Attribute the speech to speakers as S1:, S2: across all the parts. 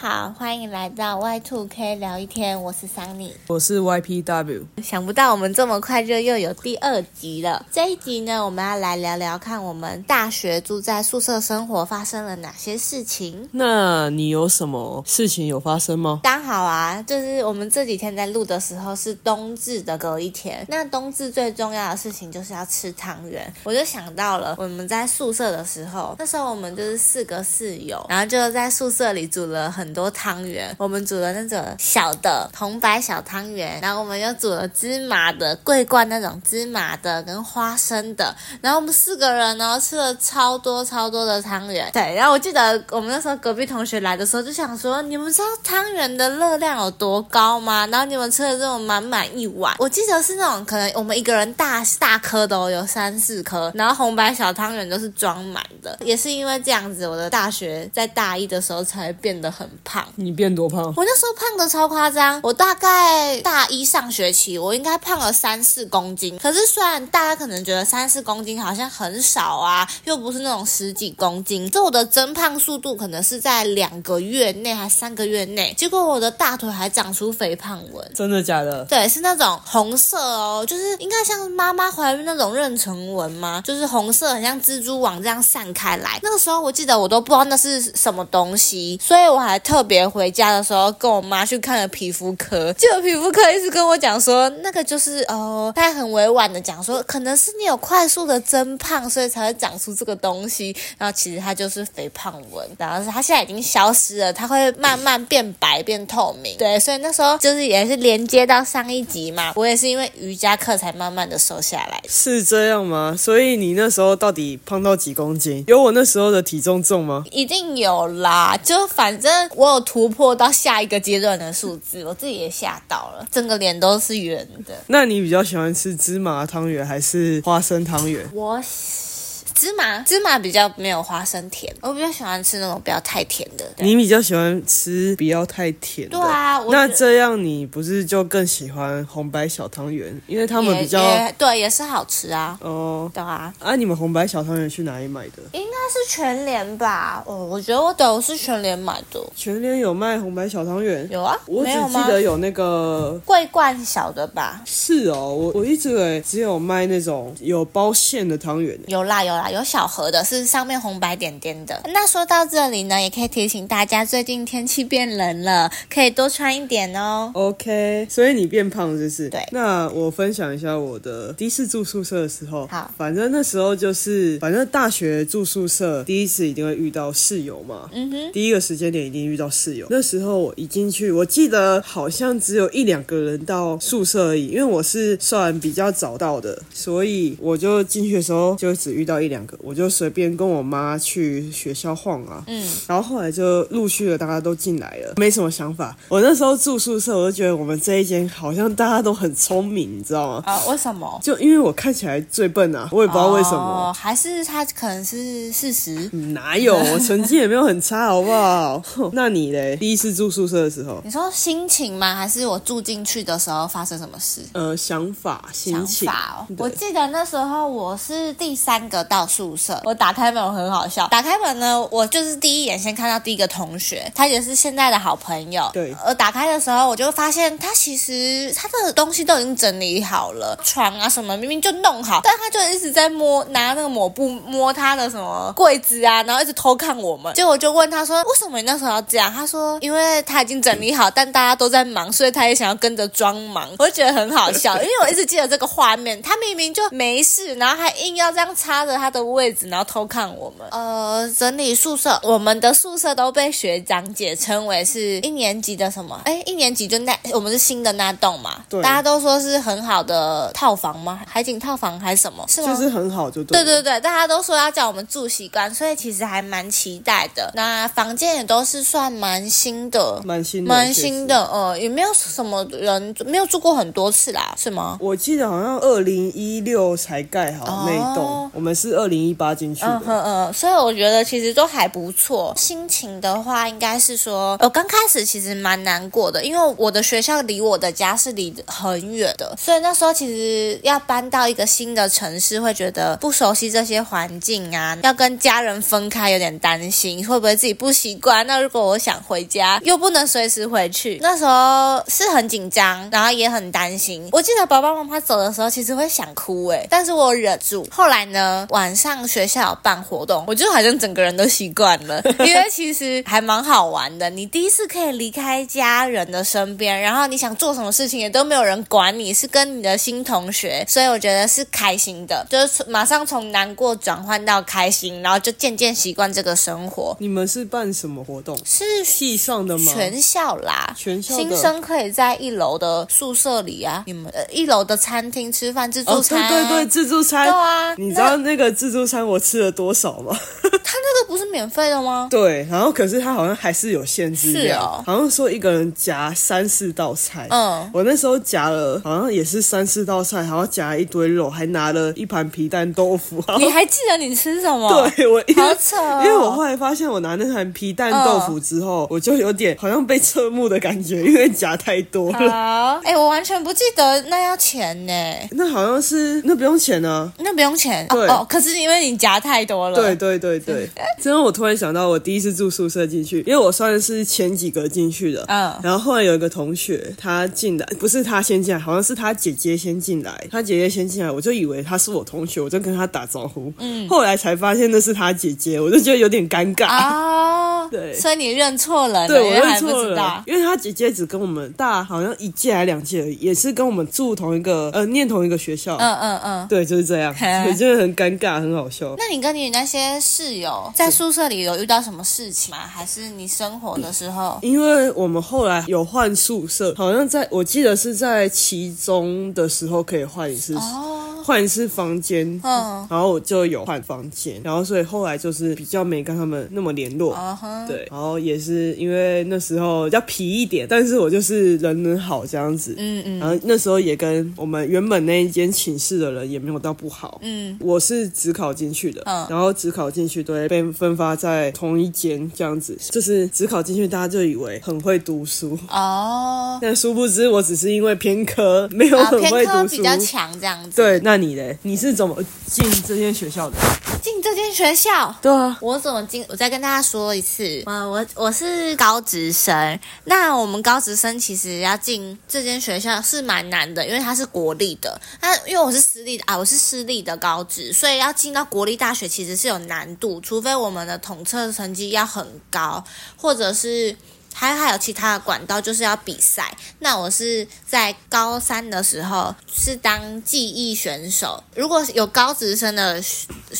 S1: 好，欢迎来到 Y Two K 聊一天，我是桑尼。
S2: 我是 YPW，
S1: 想不到我们这么快就又有第二集了。这一集呢，我们要来聊聊看我们大学住在宿舍生活发生了哪些事情。
S2: 那你有什么事情有发生吗？
S1: 刚好啊，就是我们这几天在录的时候是冬至的隔一天。那冬至最重要的事情就是要吃汤圆，我就想到了我们在宿舍的时候，那时候我们就是四个室友，然后就在宿舍里煮了很多汤圆。我们煮了那种小的红白小汤圆，然后我们又煮了芝麻的桂冠那种芝麻的跟花生的，然后我们四个人呢吃了超多超多的汤圆，对。然后我记得我们那时候隔壁同学来的时候就想说，你们知道汤圆的热量有多高吗？然后你们吃了这种满满一碗，我记得是那种可能我们一个人大大颗的哦，有三四颗，然后红白小汤圆都是装满的。也是因为这样子，我的大学在大一的时候才变得很胖。
S2: 你变多胖？
S1: 我那时候胖的超夸张，我大概大一上学期，我应该胖了三四公斤。可是虽然大家可能觉得三四公斤好像很少啊，又不是那种十几公斤，这我的增胖速度可能是在两个月内还三个月内，结果我的大腿还长出肥胖纹。
S2: 真的假的？
S1: 对，是那种红色哦，就是应该像妈妈怀孕那种妊娠纹吗？就是红色，很像蜘蛛网这样散开来。那个时候我记得我都不知道那是什么东西，所以我还特别回家的时候跟我妈去看了皮肤科，结果皮肤科一直跟我讲说，那个就是哦，他很委婉的讲说，可能是你有快速的增胖，所以才会长出这个东西。然后其实它就是肥胖纹，然后是它现在已经消失了，它会慢慢变白变透明。对，所以那时候就是也是连接到上一集嘛，我也是因为瑜伽课才慢慢的瘦下来。
S2: 是这样吗？所以你那时候到底胖到几公斤？有我那时候的体重重吗？
S1: 一定有啦，就反正我有突破到下一个阶段的数字，我自己也吓到了，整个脸都是圆的。
S2: 那你比较喜欢吃芝麻汤圆还是花生汤圆？
S1: 我喜芝麻芝麻比较没有花生甜，我比较喜欢吃那种不要太甜的。对
S2: 你比较喜欢吃不要太甜的。
S1: 对啊我
S2: 那
S1: 觉得
S2: 这样你不是就更喜欢红白小汤圆？因为他们
S1: 也
S2: 比较
S1: 也对，也是好吃啊，
S2: 哦。
S1: 对啊。
S2: 啊，你们红白小汤圆去哪里买的？
S1: 应该是全联吧？哦，我觉得我都是全联买的。
S2: 全联有卖红白小汤圆，
S1: 有啊，
S2: 我
S1: 没
S2: 只
S1: 有吗
S2: 记？得有那个
S1: 桂冠小的吧？
S2: 是哦，我我一直以为只有卖那种有包馅的汤圆诶。
S1: 有啦有啦，有小盒的，是上面红白点点的。那说到这里呢，也可以提醒大家，最近天气变冷了，可以多穿一点哦。
S2: OK，所以你变胖是不是？
S1: 对
S2: 那我分享一下我的第一次住宿舍的时候。
S1: 好
S2: 反正那时候就是，反正大学住宿舍第一次一定会遇到室友嘛。嗯哼。第一个时间点一定遇到室友。那时候我一进去，我记得好像只有一两个人到宿舍而已，因为我是算比较早到的，所以我就进去的时候就只遇到一两个，我就随便跟我妈去学校晃啊。嗯。然后后来就陆续的大家都进来了，没什么想法。我那时候住宿舍，我就觉得我们这一间好像大家都很聪明，你知道吗？
S1: 啊、为什么？
S2: 就因为我看起来最笨啊，我也不知道为什么。
S1: 哦、还是他可能是事实。
S2: 哪 有？我成绩也没有很差，好不 好？哼那你嘞？第一次住宿舍的时候，
S1: 你说心情吗？还是我住进去的时候发生什么事？
S2: 呃，想法、心
S1: 想
S2: 情，
S1: 法哦，
S2: 对
S1: 我记得那时候我是第三个到宿舍，我打开门我很好笑，打开门呢，我就是第一眼先看到第一个同学，他也是现在的好朋友。
S2: 对
S1: 我打开的时候我就发现他其实他的东西都已经整理好了，床啊什么明明就弄好，但他就一直在摸拿那个抹布摸他的什么柜子啊，然后一直偷看我们。结果我就问他说：“为什么你那时候要这样？”他说：“因为他已经整理好，但大家都在忙，所以他也想要跟着装忙。”我就觉得很好 笑，因为我一直记得这个画面，他明明就没事，然后还硬要这样插着他的位置，然后偷看我们。呃，整理宿舍，我们的宿舍都被学长姐称为是一年级的什么？哎，一年级就那我们是新的那栋嘛，
S2: 对
S1: 大家都说是很好的套房吗？海景套房还是什么？是吗？
S2: 就是很好，就对
S1: 对
S2: 了。
S1: 对对，大家都说要叫我们住习惯，所以其实还蛮期待的。那房间也都是算蛮新的，
S2: 蛮新的，
S1: 蛮新的，呃，也没有什么人没有住过很多次啦，是吗？
S2: 我记得好像二零一六才盖好那一栋，
S1: 哦
S2: 我们是二零一八进去
S1: 嗯
S2: 的。
S1: 哼嗯，所以我觉得其实都还不错。心情的话，应该是说，我刚开始其实蛮难过的，因为我的学校离我的家是离得很远的，所以那时候其实要搬到一个新的城市，会觉得不熟悉这些环境啊，要跟家人分开有点担心，会不会自己不习惯？那如果我想回家，又不能随时回去，那时候是很紧张，然后也很担心。我记得爸爸妈妈走的时候，其实会想哭诶、但是我忍住。后来呢，晚上学校有办活动，我就好像整个人都习惯了，因为其实还蛮好玩的。你第一次可以离开家人的身边，然后你想做什么事情也都没有人管你，是跟你的新同学，所以我觉得是开心的，就是马上从难过转换到开心，然后就渐渐习惯这个生活。
S2: 你们是办什么活动？
S1: 是
S2: 系上的吗？
S1: 全校啦，
S2: 全校的
S1: 新生可以在一楼的宿舍里啊，你们、呃、一楼的餐厅吃饭自助
S2: 哦，
S1: 餐、
S2: 对对对，自助餐。
S1: 对啊
S2: 你知道那个自助餐我吃了多少吗？
S1: 他那个不是免费的吗？
S2: 对，然后可是它好像还是有限制量，
S1: 是哦
S2: 好像说一个人夹三四道菜。
S1: 嗯
S2: 我那时候夹了，好像也是三四道菜，然后夹了一堆肉，还拿了一盘皮蛋豆腐。然后
S1: 你还记得你吃什么？
S2: 哦 对我因为
S1: 好扯哦嗯
S2: 因为我后来发现我拿那盘皮蛋豆腐之后，我就有点好像被侧目的感觉，因为夹太多了。
S1: 好，哎、我完全不记得那要钱呢、
S2: 那好像是那不用钱啊。
S1: 那不用钱
S2: 对
S1: 哦哦可是因为你夹太多了，
S2: 对，对对 对，真的，我突然想到，我第一次住宿舍进去，因为我算是前几个进去的，
S1: 嗯
S2: 然后后来有一个同学他进来，不是他先进来，好像是他姐姐先进来，他姐姐先进来，我就以为他是我同学，我就跟他打招呼，嗯，后来才发现那是他姐姐，我就觉得有点尴尬。
S1: 哦，
S2: 对
S1: 所以你认错人了，
S2: 对，我
S1: 原来
S2: 认
S1: 还不
S2: 错
S1: 知道
S2: 了，。因为他姐姐只跟我们大好像一届还两届而已，也是跟我们住同一个呃念同一个学校，
S1: 嗯嗯嗯，
S2: 对，就是这样，
S1: 嘿
S2: 对，真的很尴尬，很好笑。
S1: 那你跟你那些室友在宿舍里有遇到什么事情吗？还是你生活的时候？
S2: 因为我们后来有换宿舍，好像在我记得是在其中的时候可以换一次，
S1: 哦，
S2: 换一次房间，
S1: 嗯
S2: 然后我就有换房间，然后所以后来就是比较没跟他们那么联络。
S1: 嗯哼，
S2: 对，然后也是因为那时候比较皮一点，但是我就是人很好这样子，
S1: 嗯嗯
S2: 然后那时候也跟我们原本那一间寝室的人也没有到不好，
S1: 嗯，
S2: 我是只考进去的，
S1: 嗯
S2: 然后只考进去都会被分发在同一间这样子，就是只考进去，大家就以为很会读书，
S1: 哦，
S2: 但殊不知我只是因为偏科没 有
S1: 啊，
S2: 很
S1: 偏
S2: 会
S1: 科
S2: 读
S1: 比
S2: 书。
S1: 较强这样子。，
S2: 对，那你嘞？你是怎么进这间学校的？
S1: 进这间学校，
S2: 对啊，
S1: 我怎么进？我再跟大家说一次，我我我是高职生。那我们高职生其实要进这间学校是蛮难的，因为它是国立的。那因为我是私立的啊，我是私立的高职，所以要进到国立大学其实是有难度，除非我们的统测成绩要很高，或者是。还还有其他的管道，就是要比赛。那我是在高三的时候是当记忆选手。如果有高职生的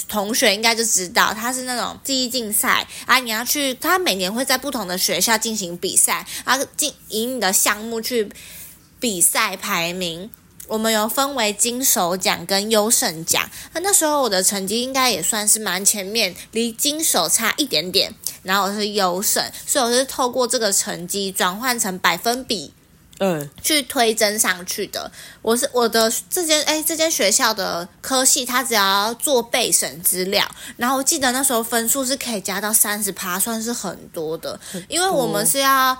S1: 同学应该就知道，它是那种记忆竞赛啊，你要去，它每年会在不同的学校进行比赛，啊，进以你的项目去比赛排名。我们有分为金手奖跟优胜奖，那那时候我的成绩应该也算是蛮前面，离金手差一点点，然后我是优胜，所以我是透过这个成绩转换成百分比
S2: 嗯，
S1: 去推甄上去的。我是我的这间哎这间学校的科系，它只要做备审资料，然后我记得那时候分数是可以加到三十趴，算是很多的，因为我们是要。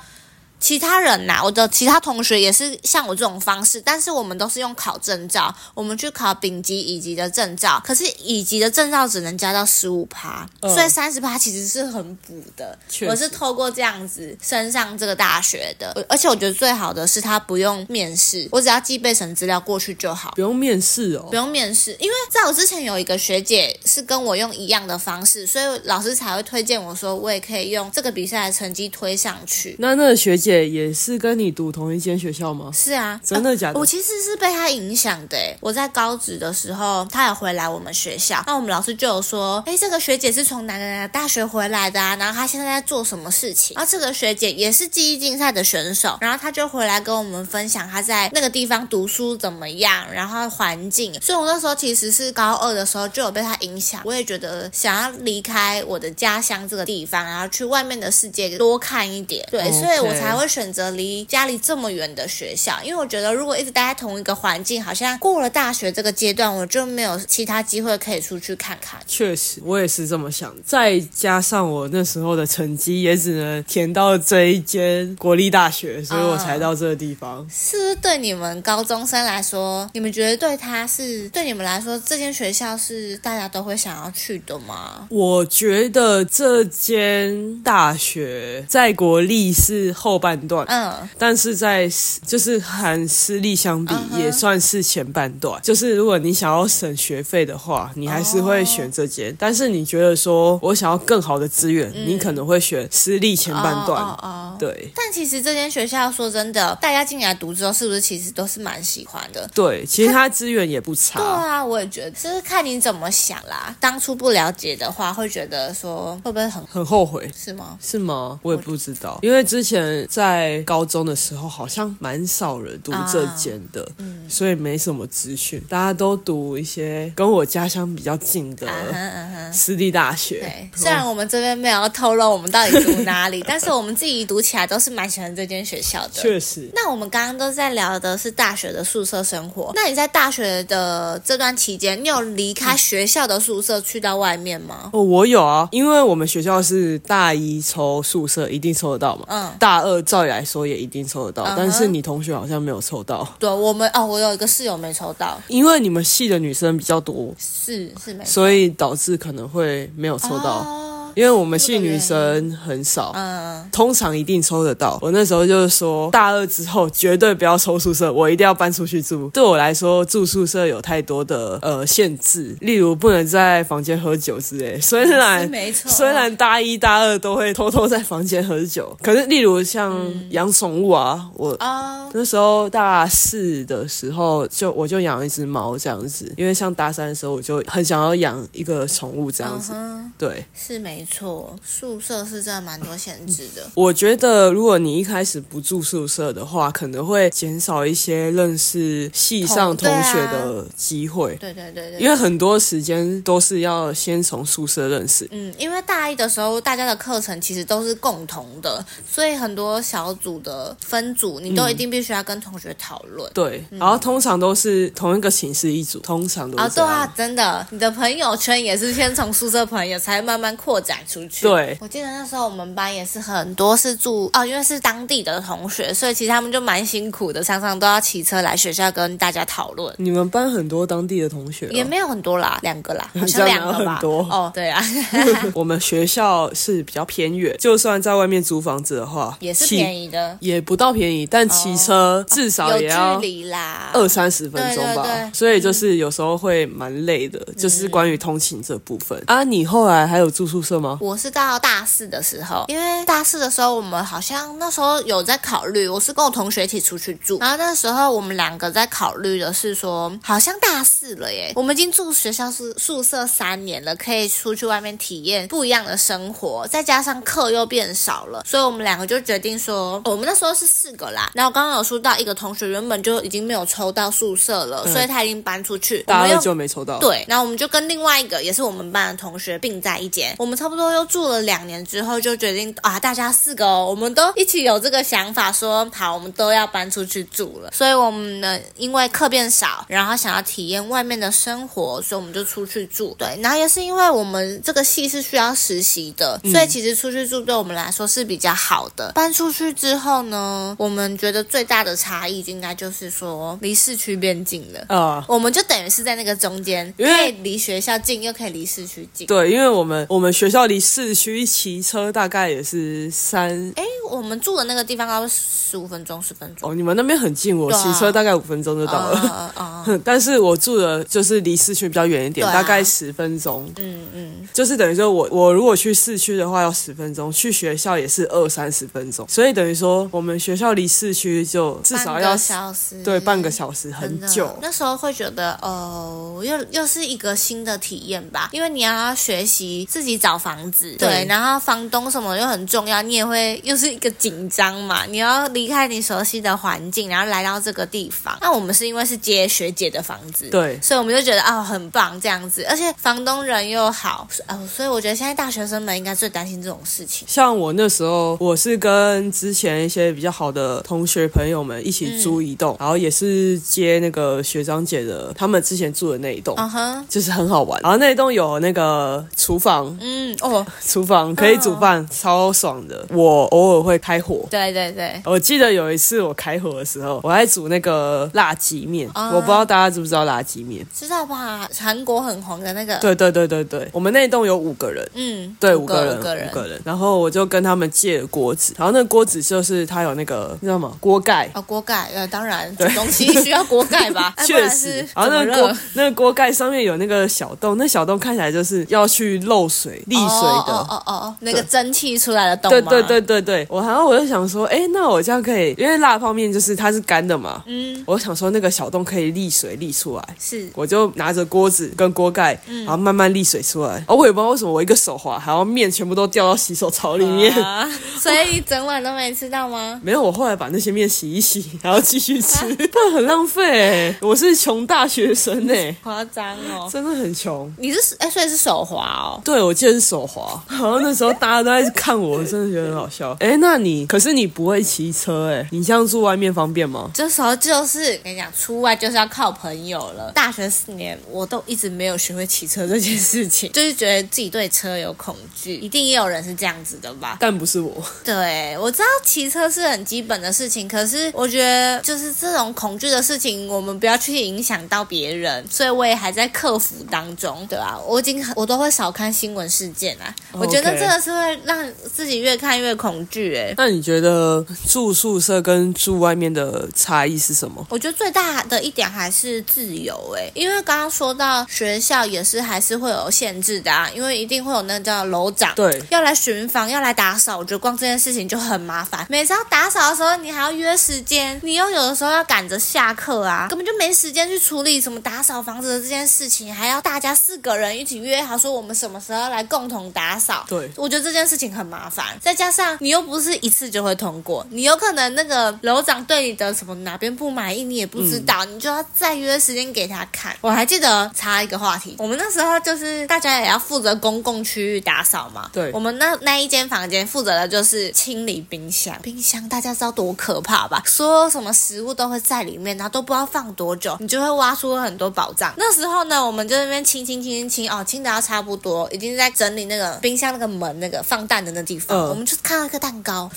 S1: 其他人呐、我的其他同学也是像我这种方式，但是我们都是用考证照，我们去考丙级、乙级的证照，可是乙级的证照只能加到十五趴，
S2: 嗯
S1: 所以三十趴其实是很补的。
S2: 确实
S1: 我是透过这样子升上这个大学的，而而且我觉得最好的是他不用面试，我只要寄备审资料过去就好
S2: 不。用面试哦
S1: 不。用面试，因为在我之前有一个学姐是跟我用一样的方式，所以老师才会推荐我说我也可以用这个比赛的成绩推上去。
S2: 那那个学姐也是跟你读同一间学校吗？
S1: 是啊，
S2: 真的假的
S1: 我其实是被他影响的欸。我在高职的时候，他有回来我们学校，那我们老师就有说，哎，这个学姐是从哪哪哪大学回来的啊，然后她现在在做什么事情？啊然后这个学姐也是记忆竞赛的选手，然后她就回来跟我们分享她在那个地方读书怎么样，然后环境。所以我那时候其实是高二的时候就有被她影响，我也觉得想要离开我的家乡这个地方，然后去外面的世界多看一点。对
S2: 哦 OK
S1: 所以我才会。会选择离家里这么远的学校，因为我觉得如果一直待在同一个环境，好像过了大学这个阶段，我就没有其他机会可以出去看看。
S2: 确实，我也是这么想。再加上我那时候的成绩也只能填到这一间国立大学，所以我才到这个地方。
S1: 是不是对你们高中生来说，你们觉得对他是对你们来说，这间学校是大家都会想要去的吗？
S2: 我觉得这间大学在国立是后半段，
S1: 嗯，
S2: 但是在私就是和私立相比
S1: 嗯，哼
S2: 也算是前半段。就是如果你想要省学费的话，你还是会选这
S1: 嗯
S2: 间。但是你觉得说我想要更好的资源，你可能会选私立前半段。
S1: 哦哦哦
S2: 对
S1: 但其实这间学校说真的，大家进来读之后，是不是其实都是蛮喜欢的？
S2: 对，其实它资源也不
S1: 对
S2: 差。
S1: 啊，我也觉得，就是看你怎么想啦。当初不了解的话，会觉得说会不会很
S2: 很后悔。
S1: 是吗？
S2: 是吗？我也不知道，因为之前在高中的时候，好像蛮少人读这间的，
S1: 啊嗯
S2: 所以没什么资讯，大家都读一些跟我家乡比较近的
S1: 啊哈啊哈。
S2: 私立大学。嗯
S1: 对，虽然我们这边没有要透露我们到底读哪 里，但是我们自己读起来都是蛮喜欢这间学校的。
S2: 确实，
S1: 那我们刚刚都在聊的是大学的宿舍生活。那你在大学的这段期间，你有离开学校的宿舍去到外面吗？
S2: 哦，我有啊，因为我们学校是大一抽宿舍，一定抽得到嘛。
S1: 嗯
S2: 大二照理来说也一定抽得到，
S1: 哼
S2: 但是你同学好像没有抽到，
S1: 对，我们哦，我有一个室友没抽到，
S2: 因为你们系的女生比较多，
S1: 是是没
S2: 所以导致可能会没有抽到。
S1: 哦
S2: 因为我们系女生很少，
S1: 嗯，
S2: 通常一定抽得到。我那时候就是说，大二之后绝对不要抽宿舍，我一定要搬出去住。对我来说，住宿舍有太多的呃限制，例如不能在房间喝酒之 类。虽
S1: 是
S2: 然
S1: 没错
S2: 虽然大一大二都会偷偷在房间喝酒，可是例如像
S1: 嗯
S2: 养宠物啊，我
S1: 哦，
S2: 那时候大四的时候就我就养一只猫这样子，因为像大三的时候我就很想要养一个宠物这样
S1: 嗯
S2: 子。
S1: 哼，
S2: 对，
S1: 是没错，宿舍是真的蛮多限制的。
S2: 我觉得如果你一开始不住宿舍的话，可能会减少一些认识系上同学的机会，
S1: 对对对哦对，
S2: 因为很多时间都是要先从宿舍认识。
S1: 嗯，因为大一的时候，大家的课程其实都是共同的，所以很多小组的分组，你都一定必须要跟同学讨论。
S2: 嗯对，然后通常都是同一个寝室一组，通常都
S1: 啊，
S2: 是这
S1: 对
S2: 样。
S1: 啊，真的，你的朋友圈也是先从宿舍朋友，才慢慢扩展出去。
S2: 对
S1: 我记得那时候我们班也是很多是住哦，因为是当地的同学，所以其实他们就蛮辛苦的，常常都要骑车来学校跟大家讨论。
S2: 你们班很多当地的同学、
S1: 也
S2: 哦，
S1: 没有很多啦，两个啦，好
S2: 这
S1: 像
S2: 样
S1: 两个
S2: 哪有
S1: 吧。
S2: 很多
S1: 哦，对 啊，
S2: 我们学校是比较偏远，就算在外面租房子的话，
S1: 也是
S2: 骑
S1: 便宜的，
S2: 也不到便宜，但骑车至少
S1: 有
S2: 也
S1: 距
S2: 要
S1: 离啦。
S2: 二三十分钟吧，
S1: 对对对嗯
S2: 所以就是有时候会蛮累的，就是关于通勤这部分、啊。你后来还有住宿舍吗？
S1: 我是到大四的时候，因为大四的时候我们好像那时候有在考虑，我是跟我同学一起出去住，然后那时候我们两个在考虑的是说，好像大四了耶，我们已经住学校宿宿舍三年了，可以出去外面体验不一样的生活，再加上课又变少了，所以我们两个就决定说，哦我们那时候是四个啦，然后刚刚有说到一个同学原本就已经没有抽到宿舍了，嗯所以他已经搬出去，我
S2: 大
S1: 们
S2: 二
S1: 又
S2: 就没抽到，，
S1: 对，然后我们就跟另外一个也是我们班的同学并在一间，我们差不多又住了两年之后，就决定啊，大家四个、哦、我们都一起有这个想法说，好，我们都要搬出去住了。所以我们呢，因为课变少，然后想要体验外面的生活，所以我们就出去住。对，然后也是因为我们这个系是需要实习的，所以其实出去住对我们来说是比较好的。搬出去之后呢，我们觉得最大的差异应该就是说离市区变近了。
S2: 啊、
S1: 我们就等于是在那个中间，
S2: 因为
S1: 可以离学校近，又可以离市区近。
S2: 对，因为我们我们学校离市区骑车大概也是三。
S1: 哎，我们住的那个地方要十五分钟、十分钟。
S2: 哦，你们那边很近，我
S1: 对啊
S2: 骑车大概五分钟就到了。
S1: 啊啊！嗯
S2: 哼 但是我住的就是离市区比较远一点，
S1: 对啊
S2: 大概十分钟。
S1: 嗯嗯，
S2: 就是等于说我我如果去市区的话要十分钟，去学校也是二三十分钟，所以等于说我们学校离市区就至少
S1: 半
S2: 要
S1: 个小时，
S2: 对半个小时，很
S1: 真的
S2: 久。
S1: 那时候会觉得，哦，又又是一个新的体验吧，因为你要学习自己找房子，对，
S2: 对
S1: 然后房东什么又很重要，你也会又是个紧张嘛，你要离开你熟悉的环境，然后来到这个地方。那我们是因为是接学姐的房子，
S2: 对
S1: 所以我们就觉得哦很棒这样子，而且房东人又好，哦，所以我觉得现在大学生们应该最担心这种事情。
S2: 像我那时候，我是跟之前一些比较好的同学朋友们一起
S1: 嗯
S2: 租一栋，然后也是接那个学长姐的他们之前住的那一栋。
S1: 嗯哼，
S2: 就是很好玩，然后那一栋有那个厨房，
S1: 嗯哦，
S2: 厨房可以煮
S1: 嗯
S2: 饭，超爽的。我偶尔会开火，
S1: 对对对，
S2: 我记得有一次我开火的时候，我在煮那个辣鸡面，
S1: 哦
S2: 我不知道大家知不知道辣鸡面。
S1: 知道吧？韩国很红的那个，
S2: 对对对对对，我们那一栋有五个人，
S1: 嗯，
S2: 对，
S1: 五
S2: 五个人，
S1: 五个人，
S2: 然后我就跟他们借了锅子，然后那个锅子就是它有那个，你知道吗？锅盖。，
S1: 哦，锅盖，呃，当然，煮东西需要锅盖吧 哎不
S2: 确
S1: 然
S2: 实
S1: 是，
S2: 然后那
S1: 怎
S2: 个
S1: 么
S2: 锅
S1: 热
S2: 那个锅盖上面有那个小洞，那小洞看起来就是要去漏水、沥水的。
S1: 哦哦哦哦，那个蒸汽出来的洞
S2: 对
S1: 吗？
S2: 对对对对，我然后我就想说，哎，那我这样可以，因为辣泡面就是它是干的嘛，嗯，我想说那个小洞可以沥水沥出来，
S1: 是
S2: 我就拿着锅子跟锅盖，
S1: 嗯
S2: 然后慢慢沥水出来。哦，我也不知道为什么我一个手滑，然后面全部都掉到洗手槽里面。
S1: 啊，所以你整碗都没吃到吗？
S2: 没有，我后来把那些面洗一洗， 然后继续吃，不然很浪费、欸。我是穷大学生哎、
S1: 夸张哦！
S2: 真的很穷。
S1: 你是哎、所以是手滑哦。
S2: 对，我记得是手滑，然后那时候大家都在看我，真的觉得很好笑。 哎，那你可是你不会骑车哎、你这样住外面方便吗？
S1: 这时候就是跟你讲，出外就是要靠朋友了。大学四年，我都一直没有学会骑车这件事情，就是觉得自己对车有恐惧，一定也有人是这样子的吧？
S2: 但不是我，
S1: 对，我知道骑车是很基本的事情，可是我觉得就是这种恐惧的事情，我们不要去影响到别人，所以我也还在克服当中，对吧、我已经很我都会少看新闻事件啊，我觉得
S2: OK
S1: 真的是会让自己越看越恐惧、欸，
S2: 那你觉得住宿舍跟住外面的差异是什么？
S1: 我觉得最大的一点还是自由诶、因为刚刚说到学校也是还是会有限制的啊，因为一定会有那个叫楼长，
S2: 对
S1: 要来巡房，要来打扫。我觉得光这件事情就很麻烦，每次要打扫的时候，你还要约时间，你又有的时候要赶着下课啊，根本就没时间去处理什么打扫房子的这件事情，还要大家四个人一起约好说我们什么时候来共同打扫。
S2: 对
S1: 我觉得这件事情很麻烦，再加上你又不是一次就会通过，你有可能那个楼长对你的什么哪边不满意，你也不知道，你就要再约时间给他看。我还记得插一个话题，我们那时候就是大家也要负责公共区域打扫嘛，
S2: 对
S1: 我们那那一间房间负责的就是清理冰箱，冰箱大家知道多可怕吧？所有什么食物都会在里面，然后都不知道放多久，你就会挖出很多宝藏。那时候呢，我们就在那边清清清清清，哦，清的要差不多，已经在整理那个冰箱那个门那个放蛋的那地方，
S2: 嗯
S1: 我们就看到一个蛋糕。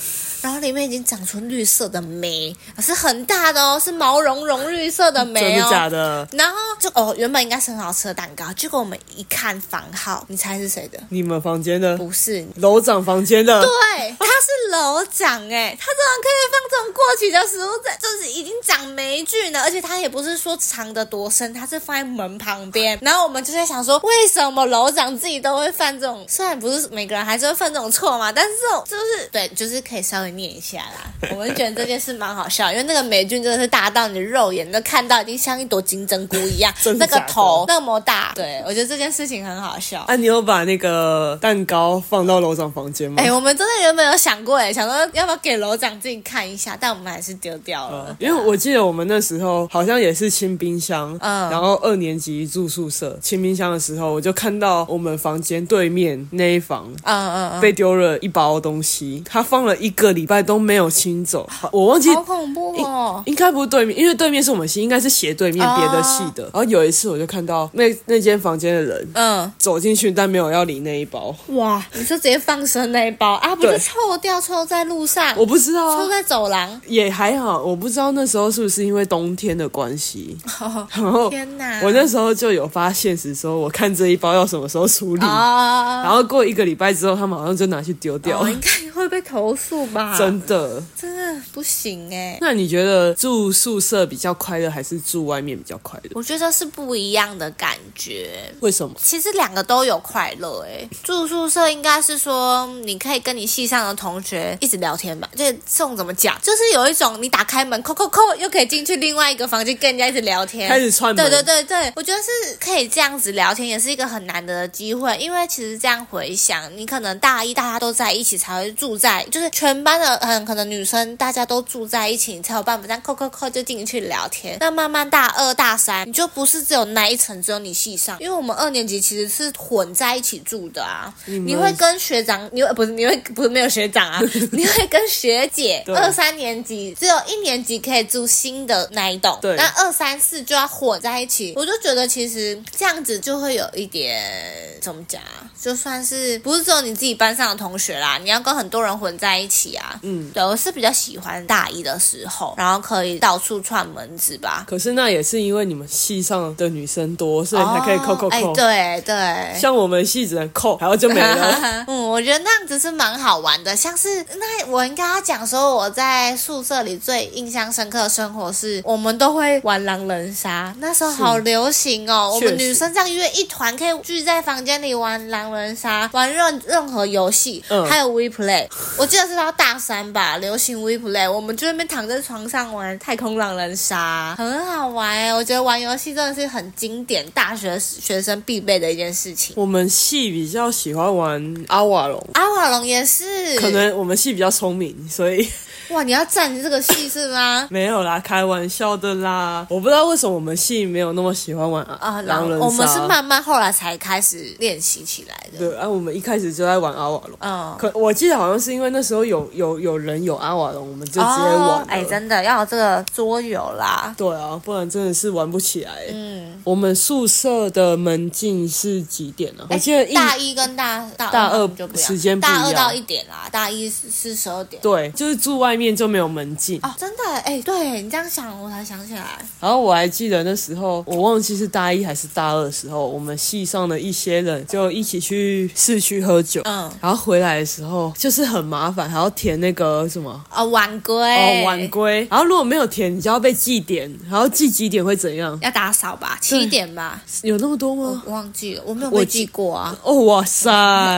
S1: 然后里面已经长出绿色的霉，是很大的哦，是毛茸茸绿色的
S2: 真
S1: 霉
S2: 的
S1: 哦。
S2: 假的？
S1: 然后就哦，原本应该是很好吃的蛋糕，结果我们一看房号，你猜是谁的？
S2: 你们房间的
S1: 不是，
S2: 楼长房间的，
S1: 对，他是楼长哎、他怎么可以放这种过期的食物在，就是已经长霉菌了，而且他也不是说藏得多深，他是放在门旁边。然后我们就在想说，为什么楼长自己都会犯这种，虽然不是每个人还是会犯这种错嘛，但是这种就是对，就是可以稍微念一下 啦。我们觉得这件事蛮好笑，因为那个霉菌真的是大到你的肉眼都看到，已经像一朵金针菇一样
S2: 真，的
S1: 那个
S2: 假的
S1: 头那么大。对，我觉得这件事情很好笑。
S2: 啊，你有把那个蛋糕放到楼长房间吗？
S1: 哎、我们真的原本有想过，哎，想说要不要给楼长自己看一下，但我们还是丢掉了。
S2: 因为我记得我们那时候好像也是清冰箱，
S1: 嗯
S2: 然后二年级住宿舍清冰箱的时候，我就看到我们房间对面那一房。
S1: 嗯嗯嗯，
S2: 被丢了一包东西，他放了一个礼拜都没有清走，好我忘记
S1: 好啊恐怖哦！
S2: 应该不是对面，因为对面是我们系，应该是斜对面别的系的。然后有一次我就看到那那间房间的人
S1: 嗯，
S2: 走进去，但没有要理那一包，
S1: 哇，你说直接放生那一包啊？不
S2: 对
S1: 就臭掉，臭在路上，
S2: 我不知道
S1: 臭
S2: 啊。
S1: 在走 廊。
S2: 也还好，我不知道那时候是不是因为冬天的关系，然后
S1: 天哪！
S2: 我那时候就有发现时说，我看这一包要什么时候处理，
S1: 啊，
S2: 然后过一个礼拜之后，他们好像就拿去丢掉
S1: 我
S2: 了，
S1: 哦应该会被投诉吧？
S2: 真的。
S1: 真的不行哎。
S2: 那你觉得住宿舍比较快乐，还是住外面比较快乐？
S1: 我觉得是不一样的感觉，
S2: 为什么？
S1: 其实两个都有快乐诶、住宿舍应该是说，你可以跟你系上的同学一直聊天吧。这这种怎么讲？就是有一种你打开门，扣扣扣，又可以进去另外一个房间跟人家一直聊天，
S2: 开始串门
S1: 对对对对，我觉得是可以这样子聊天，也是一个很难得的机会。因为其实这样回想，你可能大一大家都在一起才会住住在，就是全班的很可能女生大家都住在一起，你才有办法这样扣扣扣就进去聊天。那慢慢大二大三，你就不是只有那一层，只有你系上，因为我们二年级其实是混在一起住的啊。你
S2: 们
S1: 会跟学长，你会不是你会不是没有学长 啊，你会跟学姐。
S2: 对
S1: 二三年级只有一年级可以住新的那一栋，
S2: 对
S1: 那二三四就要混在一起。我就觉得其实这样子就会有一点怎么讲啊，就算是不是只有你自己班上的同学啦，你要跟很多人混在一起啊。嗯，对我是比较喜欢大一的时候，然后可以到处串门子吧。
S2: 可是那也是因为你们系上的女生多，所以才可以扣扣
S1: 哦哎、
S2: 扣。
S1: 对对，
S2: 像我们系只能扣，然后就没 了。
S1: 嗯，我觉得那样子是蛮好玩的。像是那我应该要讲说，我在宿舍里最印象深刻的生活是，我们都会玩狼人杀，那时候好流行哦。我
S2: 确实
S1: 们女生这样约一团，可以聚在房间里玩狼人杀，玩任任何游戏，
S2: 嗯
S1: 还有 We Play。我记得是到大三吧，流行 We Play，我们就在那边躺在床上玩太空狼人杀，很好玩哎、我觉得玩游戏真的是很经典，大学学生必备的一件事情。
S2: 我们系比较喜欢玩阿瓦隆，
S1: 阿瓦隆也是，
S2: 可能我们系比较聪明，所以
S1: 哇，你要占这个戏是 吗？
S2: 没有啦，开玩笑的啦。我不知道为什么我们系没有那么喜欢玩
S1: 啊，
S2: 啊
S1: 狼
S2: 狼人杀。
S1: 我们是慢慢后来才开始练习起来的。
S2: 对，啊，我们一开始就在玩阿瓦隆。
S1: 嗯，
S2: 可我记得好像是因为那时候有有有人有阿瓦隆，我们就直接玩
S1: 哦
S2: 了。，
S1: 哎，真的要有这个桌游啦。
S2: 对啊，不然真的是玩不起来。欸
S1: 嗯，
S2: 我们宿舍的门禁是几点啊？我记得
S1: 哎
S2: 一
S1: 大一跟大大
S2: 大二
S1: 就不一样
S2: 时间不一样
S1: 大二到一点啦，大一是是十二点。
S2: 对，就是住外面就没有门禁。
S1: 哦，真的哎，对你这样想，我才想起来。
S2: 然后我还记得那时候，我忘记是大一还是大二的时候，我们系上的一些人就一起去市区喝酒，
S1: 嗯
S2: 然后回来的时候就是很麻烦，还要填那个什么。
S1: 哦，晚归
S2: 哦，晚归，然后如果没有填，你就要被记点，然后记几点会怎样？
S1: 要打扫吧，七点吧，
S2: 有那么多吗？
S1: 我忘记了，我没有
S2: 嗯我
S1: 被
S2: 记
S1: 记
S2: 哎
S1: 过啊，
S2: 哦，哇塞！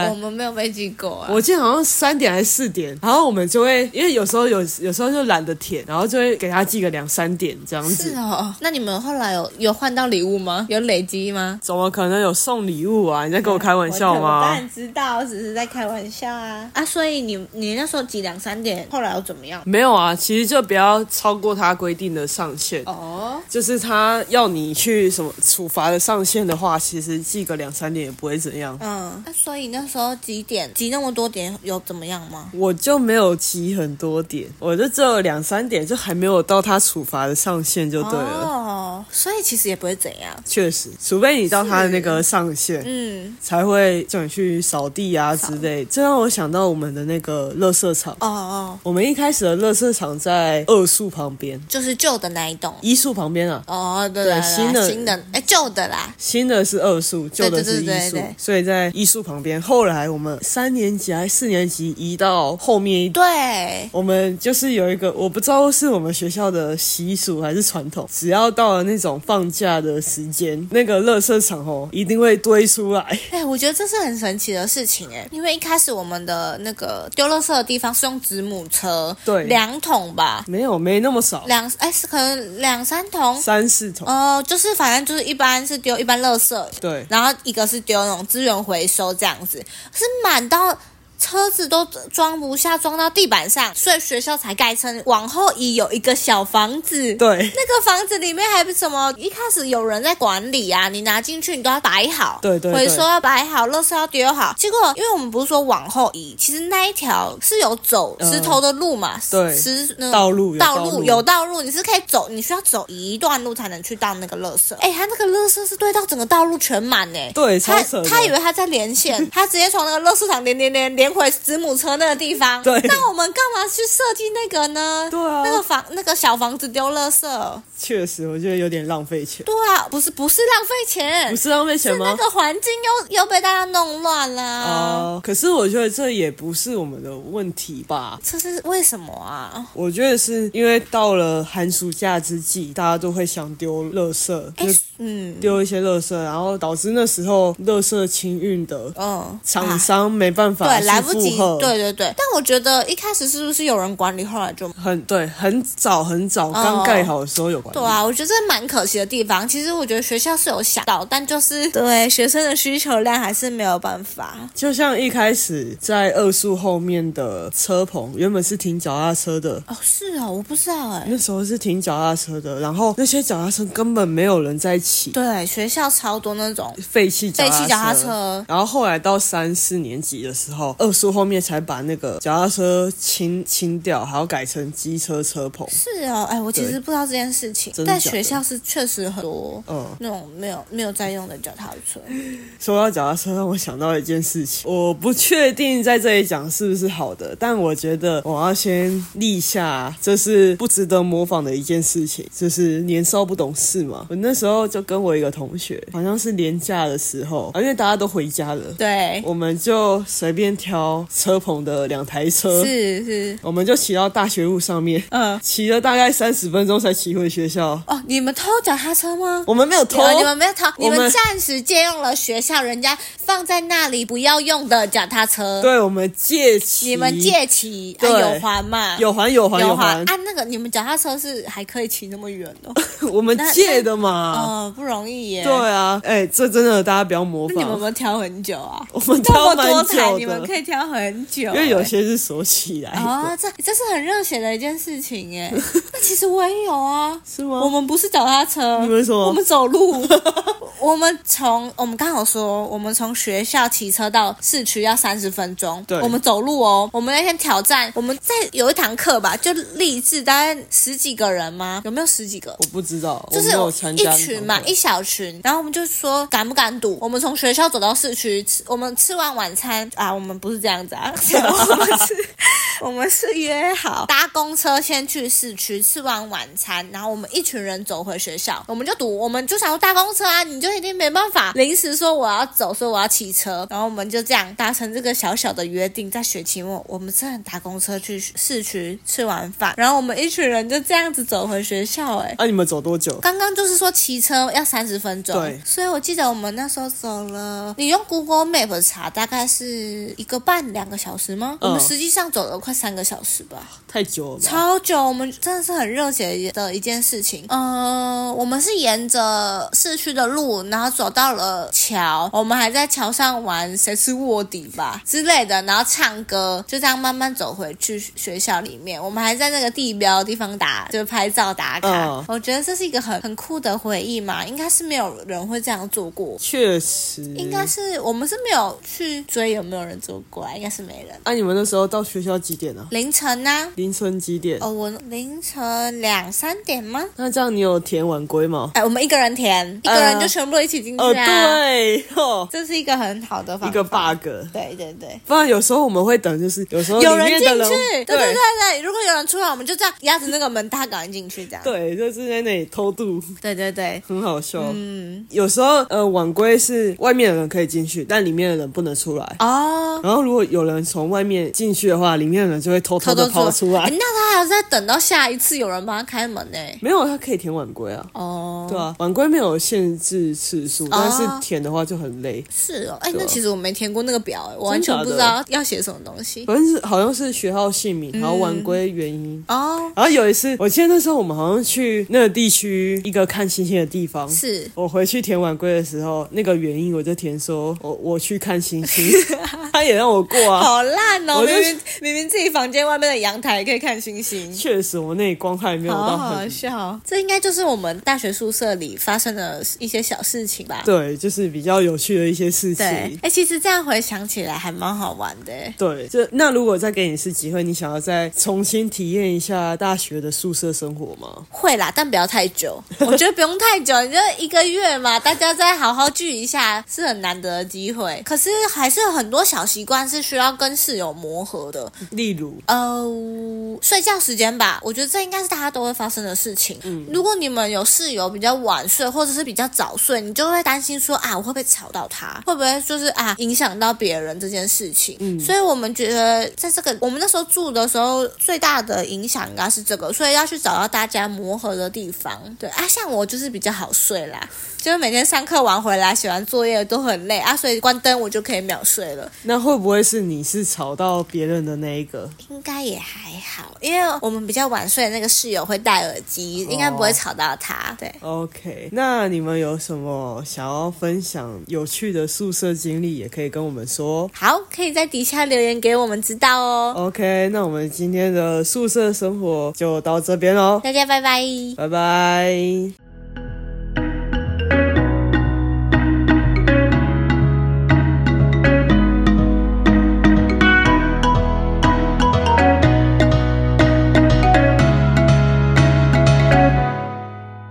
S1: 我们没有被记过啊。
S2: 我记得好像三点还是四点，然后我们就会，因为有时候有有时候就懒得填，然后就会给他记个两三点这样
S1: 是
S2: 子。
S1: 哦，那你们后来有有换到礼物吗？有累积吗？
S2: 怎么可能有送礼物啊？你在跟我开玩笑
S1: 我当
S2: 吗？
S1: 然知道，我只是在开玩笑啊啊！所以你你那时候几两三点，后来又怎么样？
S2: 没有啊，其实就不要超过他规定的上限。
S1: 哦，
S2: 就是他要你去什么处罚的上限的话，其实记个两三点也不会怎样。
S1: 嗯，那、所以那时候几点集那么多点有怎么样吗？
S2: 我就没有记很多点，我就只有两三点，就还没有到他处罚的上限就对啊了。
S1: 哦，所以其实也不会怎样。
S2: 确实，除非你到他的那个上限，
S1: 嗯，
S2: 才会叫你去扫地啊之类。这让我想到我们的那个垃圾场，
S1: 哦哦，
S2: 我们一开始的垃圾场在二宿旁边，
S1: 就是旧的那一栋。
S2: 一宿旁边啊。
S1: 哦，对
S2: 对
S1: 啦
S2: 新
S1: 对啦
S2: 的
S1: 新的哎旧的啦，
S2: 新的是二宿，旧的是一
S1: 对对
S2: 宿
S1: 对对，
S2: 所以在一宿旁边。后来我们三年级还是四年级移到后面一点，
S1: 对，
S2: 我们就是有一个，我不知道是我们学校的习俗还是传统，只要到了那种放假的时间，那个垃圾场哦一定会堆出来。
S1: 哎、我觉得这是很神奇的事情哎、因为一开始我们的那个丢垃圾的地方是用子母车，
S2: 对
S1: 两桶吧，
S2: 没有，没那么少，
S1: 两哎、是可能两三桶，
S2: 三四桶。
S1: 哦、就是反正就是一般是丢一般垃圾，
S2: 对，
S1: 然后一个是丢那种资源回收这样子，是满到。车子都装不下，装到地板上，所以学校才盖成往后移有一个小房子。
S2: 对，
S1: 那个房子里面还不什么，一开始有人在管理啊，你拿进去你都要摆好，
S2: 对对对
S1: 回收要摆好，垃圾要丢好。结果，因为我们不是说往后移，其实那一条是有走
S2: 嗯
S1: 石头的路嘛，
S2: 对
S1: 石那个
S2: 道路有
S1: 道
S2: 道路
S1: 有道路，你是可以走，你需要走一段路才能去到那个垃 圾。哎，他那个垃圾是堆到整个道路全满呢、
S2: 对超
S1: 他
S2: 扯的
S1: 他以为他在连 线，他直接从那个垃圾场连连连连回子母车那个地方。
S2: 对
S1: 那我们干嘛去设计那个呢？
S2: 对啊
S1: 那个房那个小房子丢垃圾，
S2: 确实我觉得有点浪费钱。
S1: 对啊，不是不是浪费钱，
S2: 不是浪费钱
S1: 是那
S2: 吗？
S1: 个环境又又被大家弄乱了啊、
S2: 哦，可是我觉得这也不是我们的问题吧。
S1: 这是为什么啊？
S2: 我觉得是因为到了寒暑假之际，大家都会想丢垃圾，
S1: 哎、
S2: 就
S1: 嗯
S2: 丢一些垃圾，然后导致那时候垃圾清运的
S1: 嗯，
S2: 厂
S1: 啊
S2: 商没办法
S1: 对，
S2: 去
S1: 来不及
S2: 负荷。
S1: 对对对，但我觉得一开始是不是有人管理，后来就
S2: 很对，很早很早刚盖好的时候有
S1: 哦
S2: 管理。
S1: 对啊，我觉得这蛮可惜的地方。其实我觉得学校是有想到，但就是对学生的需求量还是没有办法。
S2: 就像一开始在二树后面的车棚，原本是停脚踏车的，
S1: 哦，是哦，我不知道哎、
S2: 那时候是停脚踏车的，然后那些脚踏车根本没有人在骑，
S1: 对，学校超多那种
S2: 废弃脚
S1: 废
S2: 踏
S1: 弃脚踏车
S2: 然后后来到三四年级的时候，二叔后面才把那个脚踏车清清掉，还要改成机车车棚。
S1: 是哦，哎，我其实
S2: 对
S1: 不知道这件事情
S2: 真，的
S1: 但
S2: 假
S1: 学
S2: 的
S1: 校是确实很多
S2: 嗯，
S1: 那种没有没有在用的脚踏 车。
S2: 说到脚踏车，让我想到一件事情，我不确定在这里讲是不是好的，但我觉得我要先立下，这是不值得模仿的一件事情，就是年少不懂事嘛。我那时候就跟我一个同学，好像是年假的时候，啊因为大家都回家了，
S1: 对，
S2: 我们就随便挑车棚的两台车，
S1: 是是，
S2: 我们就骑到大学路上面，
S1: 嗯，
S2: 骑了大概三十分钟才骑回学校。
S1: 哦，你们偷脚踏车吗？
S2: 我们没有偷
S1: 你，们你们没有偷，你
S2: 我们
S1: 们暂时借用了学校人家放在那里不要用的脚踏车，
S2: 对，我们借骑，
S1: 你们借骑，啊、
S2: 对
S1: 有还嘛？
S2: 有还有还
S1: 有还
S2: 还，
S1: 啊！那个你们脚踏车是还可以骑那么远的、
S2: 我们
S1: 那
S2: 借的嘛。
S1: 哦，不容易耶。
S2: 对啊，哎、这真的大家不要模
S1: 那你们有没
S2: 仿。
S1: 有挑很久啊？
S2: 我们
S1: 那
S2: 挑
S1: 么
S2: 蛮
S1: 多台，
S2: 久
S1: 你们
S2: 的，
S1: 可以挑很久耶，哎
S2: 因为有些是锁起来的，
S1: 哦，这这是很热血的一件事情耶。那其实我也有啊，
S2: 是吗？
S1: 我们不是脚踏车，
S2: 你们什么
S1: 我们走 路。我们从我们刚好说，我们从学校骑车到市区要三十分钟。
S2: 对
S1: 我们走路哦。我们那天挑战，我们在有一堂课吧，就励志，大概十几个人吗？有没有十几个？
S2: 我不知道，
S1: 就是
S2: 我没有参加
S1: 一群嘛
S2: 那，种
S1: 一小群，然后我们就说敢不敢赌？我们从学校走到市区，吃我们吃完晚餐啊，我们不是这样子啊，我们是， 我们是约好搭公车先去市区，吃完晚餐，然后我们一群人走回学校，我们就赌，我们就想说搭公车啊，你就一定没办法临时说我要走，说我要骑车，然后我们就这样达成这个小小的约定，在学期末我们真的搭公车去市区吃完饭，然后我们一群人就这样子走回学校、欸，哎。
S2: 啊，你们走多久？
S1: 刚刚就是说骑车要三十分钟，
S2: 对
S1: 所以我记得我们那时候走了，你用 Google Map 查，大概是一个半两个小时吗？
S2: 嗯
S1: 我们实际上走了快三个小时吧，
S2: 太久了吧，
S1: 超久，我们真的是很热血的一件事情。嗯、我们是沿着市区的路，然后走到了桥，我们还在桥上玩谁是卧底吧之类的，然后唱歌，就这样慢慢走回去学校里面。我们还在那个地标地方打，就是拍照打卡。
S2: 嗯
S1: 我觉得这是一个很很酷的回忆嘛，应该是没有人会这样做过。
S2: 确实
S1: 应该是我们是没有去追有没有人做过啊，应该是没人。
S2: 啊，你们那时候到学校几点啊？
S1: 凌晨呢、
S2: 凌晨几点？
S1: 哦，我凌晨两三点吗？
S2: 那这样你有填晚归吗？
S1: 哎，我们一个人填，一个人就全部一起进去啊。
S2: 哦，对，哦，
S1: 这是一个很好的方法。
S2: 一个 bug。
S1: 对对对。
S2: 不然有时候我们会等，就是有时候
S1: 有
S2: 里
S1: 人
S2: 面
S1: 进
S2: 的
S1: 去，对对对
S2: 对
S1: 对，如果有人出来，我们就这样压着那个门，大家赶快进去，这样。
S2: 对，就是在那里偷渡，
S1: 对对对，
S2: 很好笑。
S1: 嗯
S2: 有时候呃晚归是外面的人可以进去，但里面的人不能出来。
S1: 哦，
S2: 然后如果有人从外面进去的话，里面的人就会偷偷
S1: 偷
S2: 的
S1: 偷
S2: 跑出来
S1: 哎。那他还要再等到下一次有人帮他开门呢。
S2: 没有，他可以填晚归啊。
S1: 哦，
S2: 对啊，晚归没有限制次数，但
S1: 哦
S2: 是填的话就很累。
S1: 是哦，哎，
S2: 对啊
S1: 那其实我没填过那个表，哎，我完全
S2: 真假的
S1: 不知道要写什么东西。
S2: 反正是好像是学号姓
S1: 嗯
S2: 名，然后晚归原因，
S1: 哦，
S2: 然后有一次，我记得那时候我们好像去那个地区一个看星星的地方。
S1: 是
S2: 我回去填晚归的时候，那个原因我就填说，我我去看星 星，他也让我过啊。
S1: 好烂哦！
S2: 我就
S1: 明明明明自己房间外面的阳台可以看星星，
S2: 确实，我那里光害没有
S1: 好
S2: 到
S1: 好
S2: 很。
S1: 笑。这应该就是我们大学宿舍里发生的一些小事情吧？
S2: 对，就是比较有趣的一些事
S1: 对，
S2: 情
S1: 哎、。其实这样回想起来还蛮好玩的耶。
S2: 对，就那如果再给你一次机会，你想要再重新体验一下大学的宿舍生活吗？
S1: 会啦，但不要太 久。我觉得不用太久，你就一个月嘛，大家再好好聚一下，是很难得的机会。可是还是有很多小习惯是需要跟室友磨合的，
S2: 例例如，
S1: 呃，睡觉时间吧，我觉得这应该是大家都会发生的事情。如果你们有室友比较晚睡或者是比较早睡，你就会担心说啊，我会不会吵到他，会不会就是啊影响到别人这件事情。所以我们觉得在这个我们那时候住的时候，最大的影响应该是这个，所以要去找到大家磨合的地方。对啊，像我就是比较好睡啦，就是每天上课完回来写完作业都很累啊，所以关灯我就可以秒睡了。
S2: 那会不会是你是吵到别人的那一个？
S1: 应该也还好，因为我们比较晚睡的那个室友会戴耳机，应该不会吵到他。对，
S2: OK，那你们有什么想要分享有趣的宿舍经历，也可以跟我们说。
S1: 好，可以在底下留言给我们知道哦。
S2: OK，那我们今天的宿舍生活就到这边喽，
S1: 大家拜拜。
S2: 拜拜。